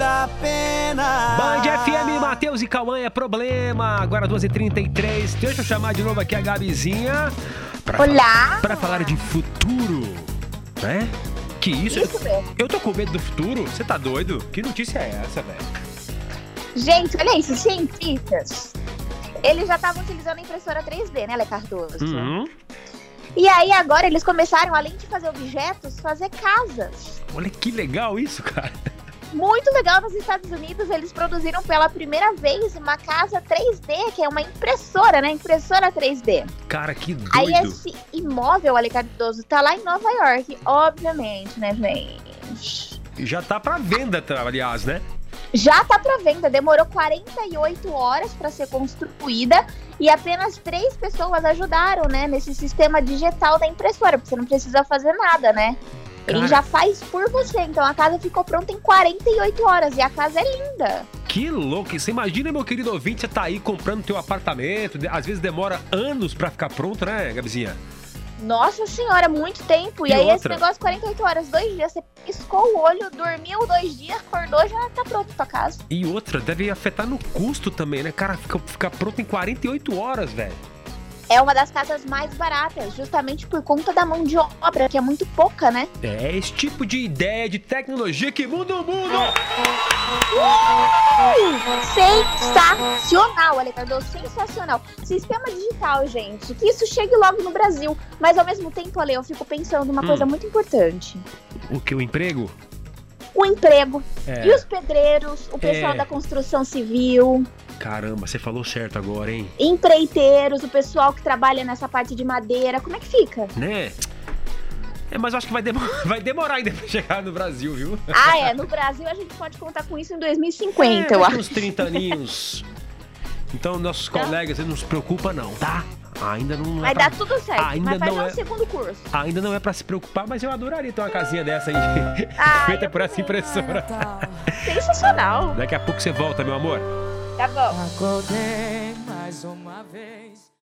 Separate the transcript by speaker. Speaker 1: a pena.
Speaker 2: Band FM, Matheus e Cauã é problema. Agora 12h33. Deixa eu chamar de novo aqui a Gabizinha. Pra
Speaker 3: Olá.
Speaker 2: Pra falar de futuro. Né? Que isso?
Speaker 3: Isso mesmo.
Speaker 2: Eu tô com medo do futuro? Você tá doido? Que notícia é essa, velho?
Speaker 3: Gente, olha isso, cientistas. Eles já estavam utilizando a impressora 3D, né, Lé Cardoso?
Speaker 2: Uhum.
Speaker 3: E aí agora eles começaram, além de fazer objetos, fazer casas.
Speaker 2: Olha que legal isso, cara.
Speaker 3: Muito legal nos Estados Unidos, eles produziram pela primeira vez uma casa 3D, que é uma impressora, né? Impressora 3D.
Speaker 2: Cara, que doido.
Speaker 3: Aí esse imóvel, Ale Cardoso, tá lá em Nova York, obviamente, né, gente?
Speaker 2: Já tá pra venda, tá, aliás, né?
Speaker 3: Já tá pra venda, demorou 48 horas para ser construída e apenas três pessoas ajudaram, né, nesse sistema digital da impressora, porque você não precisa fazer nada, né?
Speaker 2: Cara.
Speaker 3: Ele já faz por você, então a casa ficou pronta em 48 horas e a casa é linda.
Speaker 2: Que louco. Você imagina, meu querido ouvinte, você tá aí comprando teu apartamento. de- Às vezes demora anos pra ficar pronto, né, Gabizinha?
Speaker 3: Nossa senhora, muito tempo. E,
Speaker 2: E
Speaker 3: aí esse
Speaker 2: outra?
Speaker 3: negócio, 48 horas, dois dias, você piscou o olho, dormiu dois dias, acordou, já tá pronto a tua casa.
Speaker 2: E outra, deve afetar no custo também, né? Cara, fica, fica pronto em 48 horas, velho.
Speaker 3: É uma das casas mais baratas, justamente por conta da mão de obra, que é muito pouca, né?
Speaker 2: É esse tipo de ideia de tecnologia que muda o mundo.
Speaker 3: Sensacional, Ale Cardoso, sensacional. Sistema digital, gente, que isso chegue logo no Brasil. Mas ao mesmo tempo, Ale, eu fico pensando uma
Speaker 2: Hum.
Speaker 3: coisa muito importante.
Speaker 2: O que? O emprego?
Speaker 3: O emprego
Speaker 2: É.
Speaker 3: e os pedreiros, o pessoal
Speaker 2: É.
Speaker 3: da construção civil,
Speaker 2: Caramba, você falou certo agora, hein?
Speaker 3: empreiteiros, o pessoal que trabalha nessa parte de madeira, como é que fica?
Speaker 2: Né? É, mas eu acho que vai, demo- vai demorar ainda pra chegar no Brasil, viu?
Speaker 3: Ah, é, no Brasil a gente pode contar com isso em 2050,
Speaker 2: É,
Speaker 3: eu
Speaker 2: daqui
Speaker 3: então, acho.
Speaker 2: uns 30 aninhos. Então, nossos
Speaker 3: Tá.
Speaker 2: colegas, não se preocupa não, tá? Ainda não é
Speaker 3: Vai
Speaker 2: pra...
Speaker 3: dar tudo certo,
Speaker 2: Ainda
Speaker 3: mas faz
Speaker 2: não
Speaker 3: um
Speaker 2: é-
Speaker 3: segundo curso.
Speaker 2: Ainda não é pra se preocupar, mas eu adoraria ter uma casinha dessa aí,
Speaker 3: Ah,
Speaker 2: feita
Speaker 3: eu
Speaker 2: por essa
Speaker 3: também.
Speaker 2: impressora.
Speaker 3: Sensacional.
Speaker 2: Daqui a pouco você volta, meu amor.
Speaker 3: Tá bom.
Speaker 1: Acordei mais uma vez.